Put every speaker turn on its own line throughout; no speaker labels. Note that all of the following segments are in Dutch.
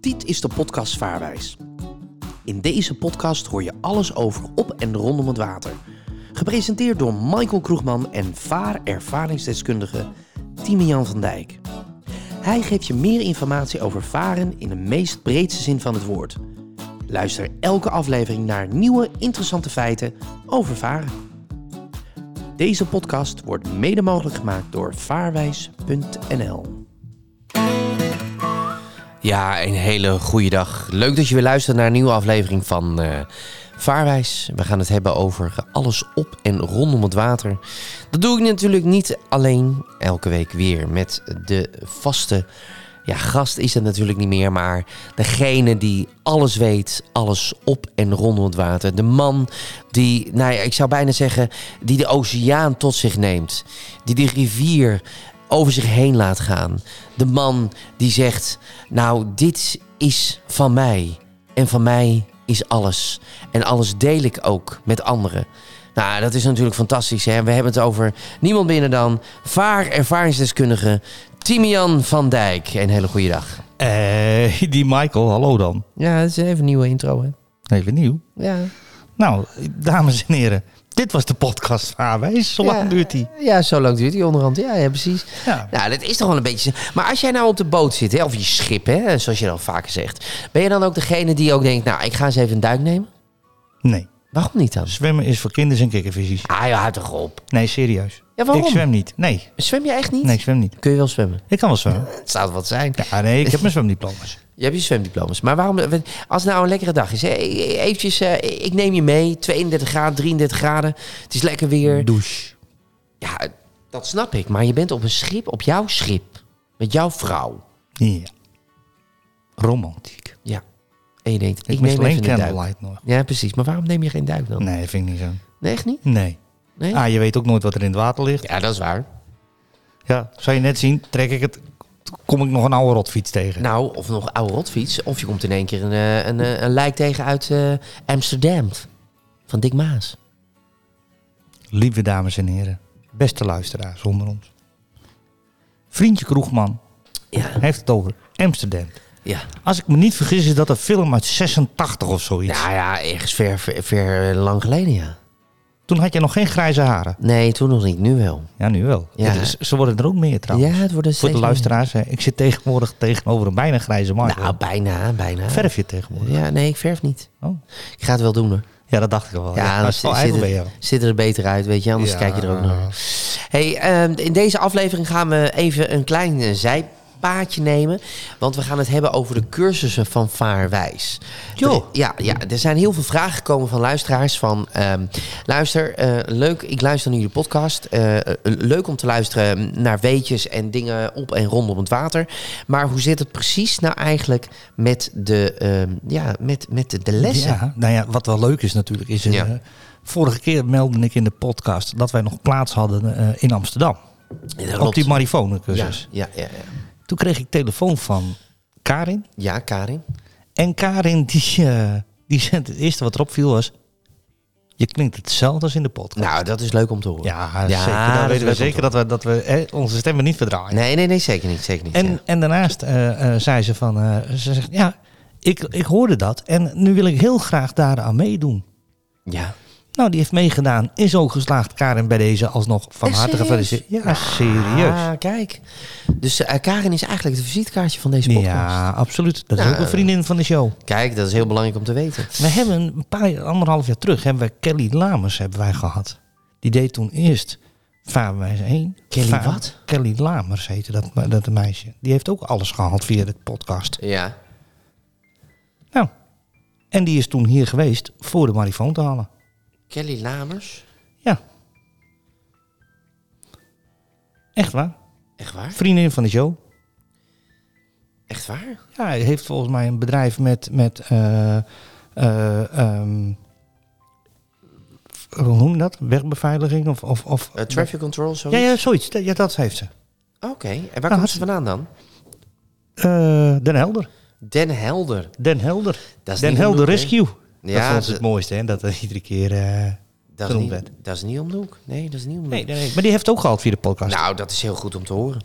Dit is de podcast Vaarwijs. In deze podcast hoor je alles over op en rondom het water. Gepresenteerd door Michael Kroegman en vaarervaringsdeskundige Timian van Dijk. Hij geeft je meer informatie over varen in de meest breedste zin van het woord. Luister elke aflevering naar nieuwe interessante feiten over varen. Deze podcast wordt mede mogelijk gemaakt door vaarwijs.nl. Ja, een hele goede dag. Leuk dat je weer luistert naar een nieuwe aflevering van eh, Vaarwijs. We gaan het hebben over alles op en rondom het water. Dat doe ik natuurlijk niet alleen elke week weer met de vaste. Ja, gast is het natuurlijk niet meer, maar degene die alles weet, alles op en rondom het water. De man die, nou ja, ik zou bijna zeggen, die de oceaan tot zich neemt. Die de rivier over zich heen laat gaan. De man die zegt: Nou, dit is van mij. En van mij is alles. En alles deel ik ook met anderen. Nou, dat is natuurlijk fantastisch. Hè? We hebben het over niemand minder dan vaarervaringsdeskundige Timian van Dijk. Een hele goede dag.
Eh, die Michael, hallo dan.
Ja, dat is even een nieuwe intro, hè?
Even nieuw.
Ja.
Nou, dames en heren, dit was de podcast Vaarwijs. Zo lang
Ja.
duurt die.
Ja, zo lang duurt die onderhand. Ja, ja, precies.
Ja.
Nou, dat is toch wel een beetje... Maar als jij nou op de boot zit, hè, of je schip, hè, zoals je dan vaker zegt... ben je dan ook degene die ook denkt, nou, ik ga eens even een duik nemen?
Nee,
Waarom niet dan?
zwemmen is voor kinders en kikkervisjes.
Ah, ja, houd toch op.
Nee, serieus.
Ja, waarom?
Ik zwem niet. Nee,
Zwem je echt niet?
nee, ik zwem niet.
Kun je wel zwemmen?
Ik kan wel zwemmen.
Het zou wat zijn.
Ja, nee, ik heb mijn zwemdiploma's.
Je hebt je zwemdiploma's. Maar waarom, als het nou een lekkere dag is, hè, eventjes, eh, ik neem je mee, 32 graden, 33 graden, het is lekker weer.
Douche.
Ja, dat snap ik, maar je bent op een schip, op jouw schip, met jouw vrouw.
Ja. Romantiek.
Ja. En je denkt, ik,
Ik, mis
neem
alleen
even een duik.
candlelight nog.
Ja, precies. Maar waarom neem je geen duik dan?
Nee, vind ik niet zo.
Nee, echt niet?
Nee.
Nee?
Ah, je weet ook nooit wat er in het water ligt.
Ja, dat is waar.
Ja, zou je net zien, trek ik het, kom ik nog een oude rotfiets tegen.
Nou, of nog oude rotfiets, of je komt in één keer een, eh, een, eh, een lijk tegen uit eh, Amsterdam. Van Dick Maas.
Lieve dames en heren, beste luisteraars onder ons. Vriendje Kroegman
Ja,
heeft het over Amsterdam.
ja.
Als ik me niet vergis is dat een film uit 86 of zoiets.
Nou ja, ergens ver, ver, ver eh, lang geleden, ja.
Toen had je nog geen grijze haren.
Nee, toen nog niet, nu wel.
Ja, nu wel.
Ja.
Het is- ze worden er ook meer trouwens.
Ja, het wordt er
Voor
steeds
de luisteraars, hè, ik zit tegenwoordig tegenover een bijna grijze
meer.
Michael.
Nou, bijna, bijna.
Verf je tegenwoordig?
Ja, nee, ik verf niet.
Oh.
Ik ga het wel doen, hoor.
Ja, dat dacht ik al wel.
Ja, dan
dat is wel
zit,
ijdel
zit
bij
er,
jou.
zit er beter uit, weet je. Anders
Ja.
kijk je er ook naar. Hey, ehm, in deze aflevering gaan we even een klein eh, zijpaadje nemen. Want we gaan het hebben over de cursussen van Vaarwijs.
Joh.
Er- Ja, ja, er zijn heel veel vragen gekomen van luisteraars. Van, ehm, luister, eh, leuk, ik luister naar jullie podcast. Eh, eh, leuk om te luisteren naar weetjes en dingen op en rondom het water. Maar hoe zit het precies nou eigenlijk met de, ehm, ja, met, met de, de lessen?
Ja, nou ja, wat wel leuk is natuurlijk is... eh,
Ja.
vorige keer meldde ik in de podcast dat wij nog plaats hadden eh, in Amsterdam.
Ja, dat
Op die
klopt. ja,
marifonencursus.
ja, ja, ja.
Toen kreeg ik telefoon van Karin.
Ja, Karin.
En Karin, die, eh, die zei, het eerste wat erop viel was... Je klinkt hetzelfde als in de podcast.
Nou, dat is leuk om te horen.
ja,
Ja, dat
zeker. Dan
is
weten we
leuk om
zeker dat we, dat we hè, onze stemmen niet verdraaien.
Nee, nee, nee, zeker niet. Zeker niet
En,
ja.
en daarnaast eh, eh, zei ze van... eh, ze zegt, ja, ik, ik hoorde dat en nu wil ik heel graag daaraan meedoen.
ja.
Nou, die heeft meegedaan. Is ook geslaagd, Karin, bij deze alsnog van
Echt
harte
serieus?
gefeliciteerd. Ja, serieus.
Ah, kijk. Dus eh, Karin is eigenlijk de visitekaartje van deze podcast.
Ja, absoluut. Dat is
Nou,
ook een vriendin van de show.
Kijk, dat is heel belangrijk om te weten.
We hebben een paar, anderhalf jaar terug, hebben we Kelly Lamers hebben wij gehad. Die deed toen eerst Vaarwijs 1.
Kelly
Vaar-
wat?
Kelly Lamers heette dat, me- dat meisje. Die heeft ook alles gehaald via de podcast.
Ja.
Nou, en die is toen hier geweest voor de marifoon te halen.
Kelly Lamers.
Ja. Echt waar.
Echt waar?
Vriendin van de show.
Echt waar?
Ja, hij heeft volgens mij een bedrijf met... met eh, eh, ehm, hoe noem je dat? Wegbeveiliging of... of, of
Eh, traffic control, zo.
Ja, ja, zoiets. Ja, dat heeft ze.
Oké. En waar komt ze
hartstikke-
vandaan dan?
Eh, Den Helder.
Den Helder.
Den Helder.
Dat is
Den
niet
Helder
genoeg, hè?
Rescue.
Ja,
dat vond ze
de-
het mooiste, hè? Dat er iedere keer... eh,
Dat is,
genoemd
niet,
werd.
dat is niet om de hoek. Nee, dat is niet om de hoek.
Nee, nee, nee, maar die heeft ook gehad via de podcast.
Nou, dat is heel goed om te horen.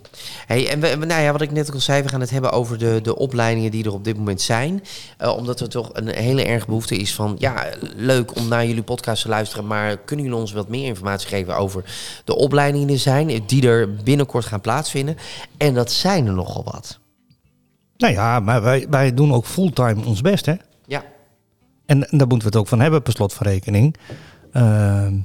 Hey, en we, we- nou ja, wat ik net ook al zei, we gaan het hebben over de, de opleidingen die er op dit moment zijn. Eh, omdat er toch een hele erg behoefte is van, ja, leuk om naar jullie podcast te luisteren, maar kunnen jullie ons wat meer informatie geven over de opleidingen die er zijn, die er binnenkort gaan plaatsvinden? En dat zijn er nogal wat.
Nou ja, maar wij, wij doen ook fulltime ons best, hè?
Ja,
En, en daar moeten we het ook van hebben, per slot van rekening. Ehm,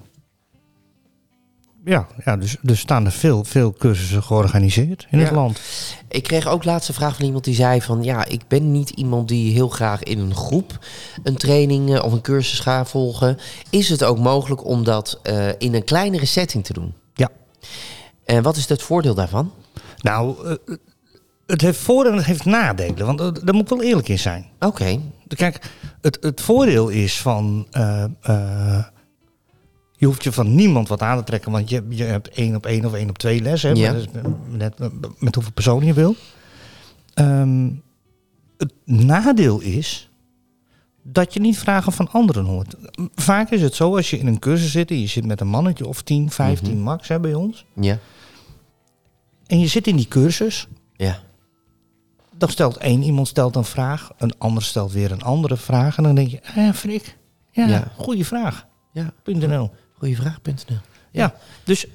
ja, ja dus, dus staan er veel, veel cursussen georganiseerd in het
Ja.
land.
Ik kreeg ook laatst een vraag van iemand die zei van... ja, ik ben niet iemand die heel graag in een groep een training eh, of een cursus gaat volgen. Is het ook mogelijk om dat eh, in een kleinere setting te doen?
Ja.
En wat is het voordeel daarvan?
Nou, eh, het heeft voor- en het heeft nadelen. Want eh, daar moet ik wel eerlijk in zijn.
Oké,
Kijk, het, het voordeel is van... eh, eh, je hoeft je van niemand wat aan te trekken. Want je, je hebt één op één of één op twee les. Hè, maar
Ja.
dat is net eh, met hoeveel personen je wil. Ehm, het nadeel is dat je niet vragen van anderen hoort. Vaak is het zo als je in een cursus zit... en je zit met een mannetje of 10, 15 max hè, bij ons...
ja.
en je zit in die cursus...
Ja.
Dan stelt één iemand stelt een vraag, een ander stelt weer een andere vraag. En dan denk je, ah ja, frik, ja,
Ja.
goede vraag.
Ja,
.nl.
goeie vraag.nl.
Ja, dus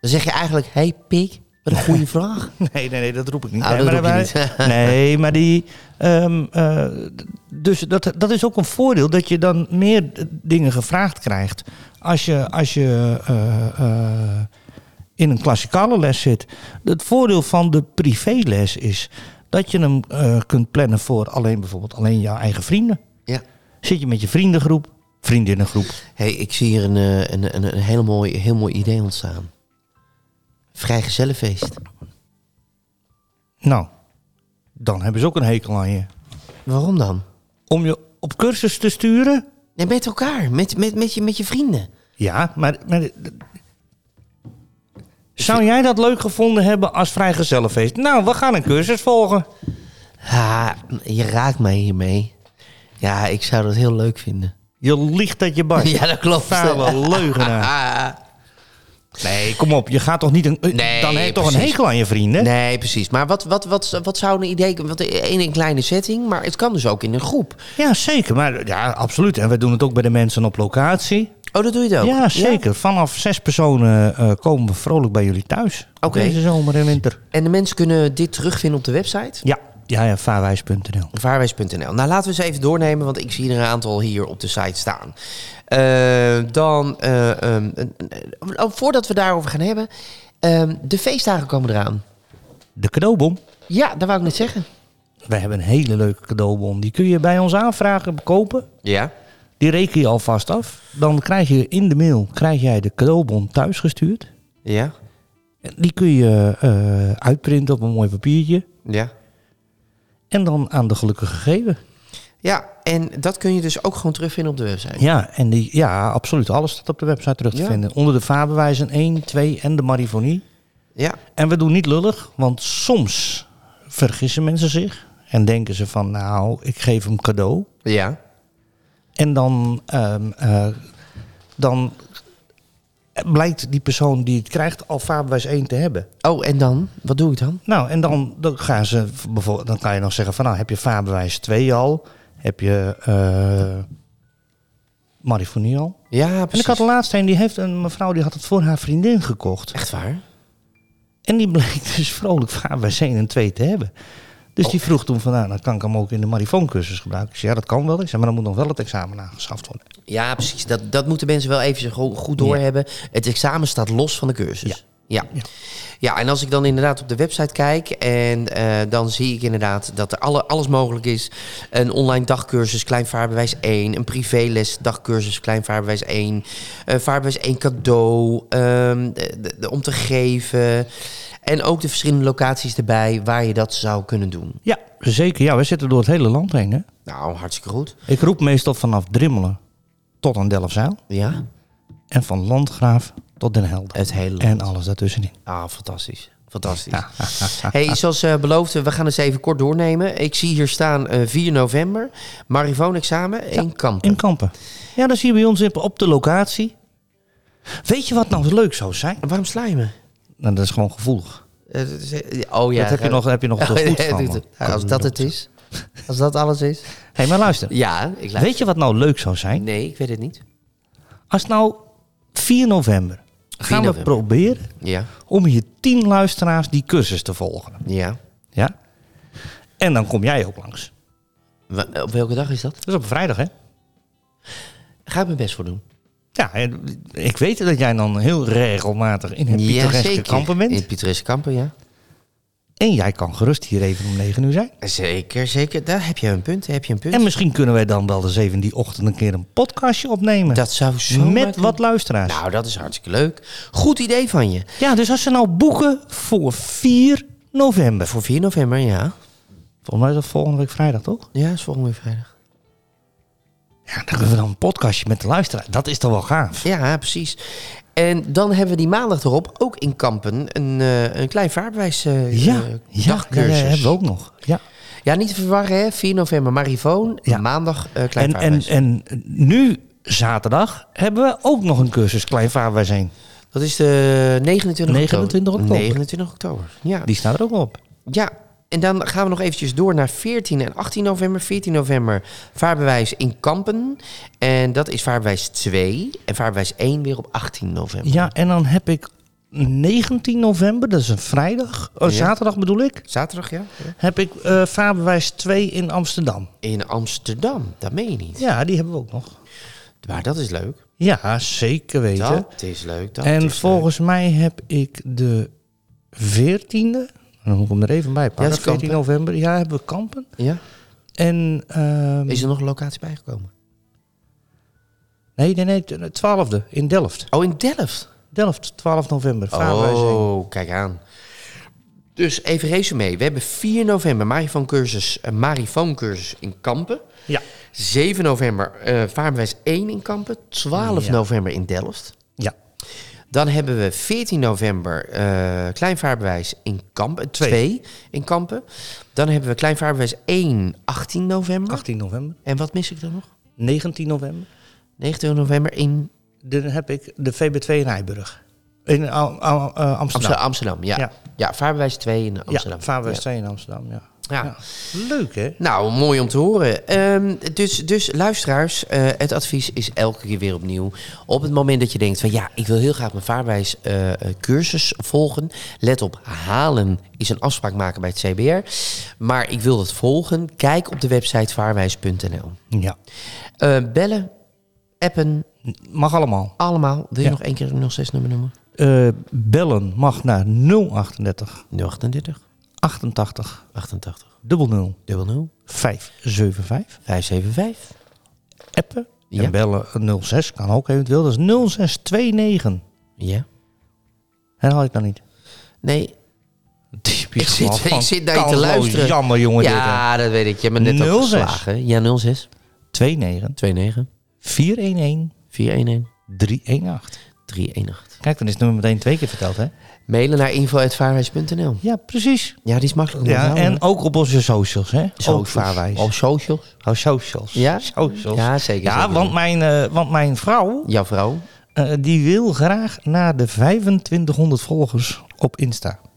Dan zeg je eigenlijk, hey pik, wat een goede vraag.
nee, nee, nee, Nou, dat roep ik niet.
Ah,
nee,
dat
maar
roep je
daarbij- nee, maar die, ehm, eh, d- dus dat, dat is ook een voordeel dat je dan meer d- dingen gevraagd krijgt als je, als je eh, eh, in een klassikale les zit. Het voordeel van de privéles is dat je hem eh, kunt plannen voor alleen bijvoorbeeld alleen jouw eigen vrienden.
Ja.
Zit je met je vriendengroep, vriendinnengroep.
hey, ik zie hier een, eh, een, een, een hele mooi, heel mooi idee ontstaan. Vrijgezellenfeest.
Nou, dan hebben ze ook een hekel aan je.
Waarom dan?
Om je op cursus te sturen?
Nee, met elkaar, met, met, met, je, met je vrienden.
Ja, maar... maar zou jij dat leuk gevonden hebben als vrijgezellenfeest? Nou, we gaan een cursus volgen.
Ha, je raakt mij hiermee. Ja, ik zou dat heel leuk vinden.
Je liegt dat je barst.
Ja, dat klopt.
Vuile leugenaar.
Ah,
Nee, kom op. Je gaat toch niet een...
Nee,
dan heb je toch een
precies.
hekel aan je vrienden?
nee, precies. Maar wat, wat, wat, wat zou een idee kunnen? Want in een kleine setting, maar het kan dus ook in een groep.
Ja, zeker. Maar ja, absoluut. En we doen het ook bij de mensen op locatie.
Oh, dat doe je het ook?
Ja, zeker. Vanaf zes personen eh, komen we vrolijk bij jullie thuis.
Oké.
Deze zomer en winter.
En de mensen kunnen dit terugvinden op de website?
Ja, ja, ja vaarwijs.nl.
Vaarwijs.nl. Nou, laten we eens even doornemen, want ik zie er een aantal hier op de site staan. Eh, dan, eh, ehm, een- een- oh, voordat we daarover gaan hebben, ehm, de feestdagen komen eraan.
De cadeaubon.
Ja, dat wou ik net zeggen.
We hebben een hele leuke cadeaubon. Die kun je bij ons aanvragen, kopen.
Ja.
Die reken je alvast af. Dan krijg je in de mail krijg jij de cadeaubon thuisgestuurd.
Ja.
En Die kun je eh, uitprinten op een mooi papiertje.
Ja.
En dan aan de gelukkige geven.
Ja, en dat kun je dus ook gewoon terugvinden op de website.
Ja, en die, ja, absoluut. Alles staat op de website terug te
Ja.
vinden. Onder de vaarbewijzen 1, 2 en de marifonie.
Ja.
En we doen niet lullig, want soms vergissen mensen zich. En denken ze van, nou, ik geef hem cadeau.
Ja.
En dan, ehm, eh, dan blijkt die persoon die het krijgt al vaarbewijs 1 te hebben.
Oh, en dan? Wat doe ik dan?
Nou, en dan, dan, gaan ze, bijvoorbeeld, dan kan je nog zeggen van nou, heb je vaarbewijs 2 al? Heb je eh marifonie al?
Ja, precies.
En ik had de laatste een, die heeft een mevrouw die had het voor haar vriendin gekocht.
Echt waar?
En die bleek dus vrolijk vaarbewijs 1 en 2 te hebben. Dus die vroeg toen van nou, dan kan ik hem ook in de marifooncursus gebruiken. Ik zei, ja, dat kan wel. Ik zei, maar dan moet nog wel het examen aangeschaft worden.
Ja, precies. Dat, dat moeten mensen wel even go- goed doorhebben. Het examen staat los van de cursus. Ja. Ja.
Ja.
en als ik dan inderdaad op de website kijk en eh, dan zie ik inderdaad dat er alle, alles mogelijk is. Een online dagcursus Kleinvaarbewijs 1, een privéles dagcursus Kleinvaarbewijs 1, eh, Vaarbewijs 1 cadeau ehm, de- de- de- om te geven. En ook de verschillende locaties erbij waar je dat zou kunnen doen.
Ja, zeker. Ja, we zitten door het hele land heen, hè?
Nou, hartstikke goed.
Ik roep meestal vanaf Drimmelen tot aan Delfzijl.
Ja,
En van Landgraaf tot Den Helder.
het hele land.
En alles daartussenin.
Ah, fantastisch. Fantastisch. Hey, zoals eh, beloofd, we gaan eens even kort doornemen. Ik zie hier staan eh, 4 november, Marivoon-examen in Kampen.
In Kampen. Ja, dat zie je bij ons op- op de locatie. Weet je wat nou leuk zou zijn?
Waarom sla je me?
Nou, dat is gewoon gevoelig.
Eh, dat is- eh, oh ja.
dat heb je,
eh,
nog, heb je nog
oh,
wel goed
nee,
van.
doet het. Nou, als dat het is. Als dat alles is.
hey, maar luister.
Ja, ik laat.
Weet je wat nou leuk zou zijn?
Nee, ik weet het niet.
Als nou 4 november gaan we
november.
proberen
Ja,
om hier 10 luisteraars die cursus te volgen.
ja.
Ja? En dan kom jij ook langs.
Wa- Op welke dag is dat?
Dat is op een vrijdag, hè?
Ga ik mijn best voor doen.
Ja, en ik weet dat jij dan heel regelmatig in het pittoreske kampen bent.
In het pittoreske kampen, ja.
En jij kan gerust hier even om 9 uur zijn.
Zeker, zeker. Daar heb je een punt. Daar heb je een punt.
En misschien kunnen wij dan wel eens even die ochtend een keer een podcastje opnemen.
dat zou zo
met
makkelijk-
wat luisteraars.
Nou, dat is hartstikke leuk. Goed idee van je.
Ja, dus als ze nou boeken voor 4 november.
Voor 4 november, ja.
Volgens mij is dat volgende week vrijdag, toch?
Ja, is volgende week vrijdag.
Ja, dan kunnen we dan een podcastje met de luisteraar. Dat is toch wel gaaf?
Ja, precies. En dan hebben we die maandag erop ook in Kampen een, eh, een klein vaarbewijs eh,
Ja,
eh,
ja, ja,
dagcursus. Ja,
hebben we ook nog. Ja.
niet te verwarren, hè? 4 november Marivoon,
Ja.
maandag eh, klein
En, en,
vaarbewijs.
en nu, zaterdag, hebben we ook nog een cursus Klein Vaarwijs heen.
dat is de 29
29 oktober.
29 oktober, ja.
Die staat er ook wel op.
Ja, en dan gaan we nog eventjes door naar 14 en 18 november. 14 november vaarbewijs in Kampen. En dat is vaarbewijs 2. En vaarbewijs 1 weer op 18 november.
Ja, en dan heb ik 19 november, dat is een vrijdag, oh,
Ja.
zaterdag bedoel ik,
Zaterdag, ja? ja.
heb ik eh Vaarbewijs 2 in Amsterdam.
In Amsterdam, dat meen je niet.
Ja, die hebben we ook nog.
Maar dat is leuk.
Ja, zeker weten.
Dat is leuk. Dat
en
is
volgens mij heb ik de 14e, dan moet ik hem er even bij
Ja,
pakken,
dat is
14
Kampen.
november, ja, hebben we kampen.
leuk. Ja?
En, ehm,
Is er nog een locatie bijgekomen?
nee, nee, nee, de 12e in Delft.
Oh, in Delft.
Delft, 12 november, Vaarbewijs heen.
Oh, kijk aan. Dus even resume. We hebben 4 november marifooncursus, een marifooncursus in Kampen.
Ja.
7 november eh Vaarbewijs 1 in Kampen. 12
Ja.
november in Delft.
Ja,
Dan hebben we 14 november eh Klein Vaarbewijs in Kampen.
Twee.
2 in Kampen. Dan hebben we Klein Vaarbewijs 1, 18 november.
18 november,
En wat mis ik dan nog?
19 november.
19 november in
Dan heb ik de VB2 in Rijburg. In Am- Am- eh, Amsterdam.
Amsterdam. Amsterdam ja.
Ja.
ja. Vaarbewijs 2 in Amsterdam.
Ja, Vaarwest 2 in Amsterdam, ja.
Ja.
Ja. Leuk, hè?
Nou, mooi om te horen. Ehm, dus, dus luisteraars, eh, het advies is elke keer weer opnieuw. Op het moment dat je denkt van ja, ik wil heel graag mijn vaarwijs eh, eh, cursus volgen. Let op, halen is een afspraak maken bij het CBR. Maar ik wil het volgen. Kijk op de website vaarwijs.nl.
Ja.
Eh, bellen, appen,
Mag allemaal.
allemaal. Wil je
Ja.
nog één keer 06 nummer noemen?
Eh, bellen mag naar 038
038
88
88
00
00
575.
575.
Appen
Ja.
en bellen 06 kan ook eventueel. Dat is 0629.
Ja.
Herhaal ik dan niet.
Nee, ik
Typisch.
zit, ik zit naar je te luisteren.
Jammer, jongen. Dit, hè.
Ja, dat weet ik. Je hebt me net
06.
al geslagen. Ja, 06
29
29
411
411
318.
318.
Kijk, dan is het nummer meteen twee keer verteld, hè?
Mailen naar info.vaarwijs.nl.
Ja, precies.
Ja, die is makkelijk om te Oh,
Ja,
onthouden.
en ook op onze nou socials, hè? Ook
socials.
vaarwijs.
Op socials.
Oh, socials.
Ja?
Socials. Ja,
Ja, zeker. zeker.
want, mijn, eh, want mijn vrouw,
Jouw vrouw.
eh, die wil graag naar de 2500 volgers op Instagram.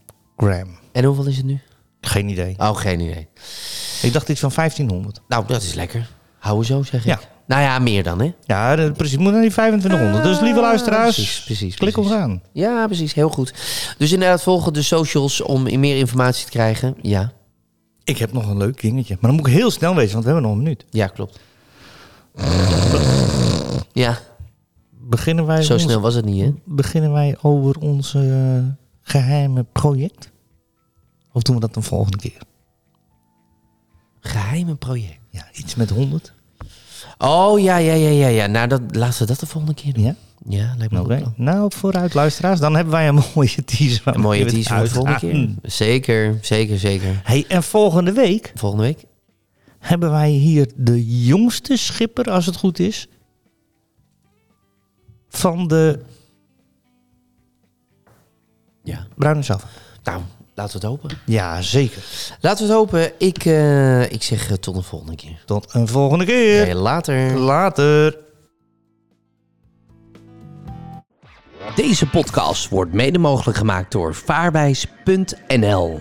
En hoeveel is het nu?
Geen idee.
Oh, geen idee.
Ik dacht iets van 1500.
Nou, dat is lekker. Hou zo, zeg ik.
Ja.
Nou ja, meer dan, hè?
Ja, dat- precies. Moet naar die 2500. Dus lieve
Ah,
luisteraars,
precies, precies,
klik ons
precies.
aan.
Ja, precies. Heel goed. Dus inderdaad, volgen de socials om meer informatie te krijgen. Ja,
Ik heb nog een leuk dingetje. Maar dan moet ik heel snel wezen, want we hebben nog een minuut.
ja klopt. Ja,
Beginnen wij,
zo
ons-
snel was het niet, hè?
beginnen wij over ons eh, geheime project? Of doen we dat een volgende keer?
Geheime project.
Ja, iets met 100.
Oh ja, ja, ja, ja, ja. Nou, dat, laten we dat de volgende keer doen.
Ja?
Ja, lijkt me
Oké,
goed.
nou vooruit luisteraars, dan hebben wij een mooie teaser.
Een mooie teaser voor de volgende keer. Zeker, zeker, zeker.
Hey, en volgende week
Volgende week?
hebben wij hier de jongste schipper, als het goed is, van de
Ja.
Bruine Zalva.
Nou, laten we het hopen.
Ja, zeker.
Laten we het hopen. Ik, eh, ik zeg eh, tot de volgende keer.
Tot een volgende keer.
Hey, later.
Later.
Deze podcast wordt mede mogelijk gemaakt door vaarwijs.nl.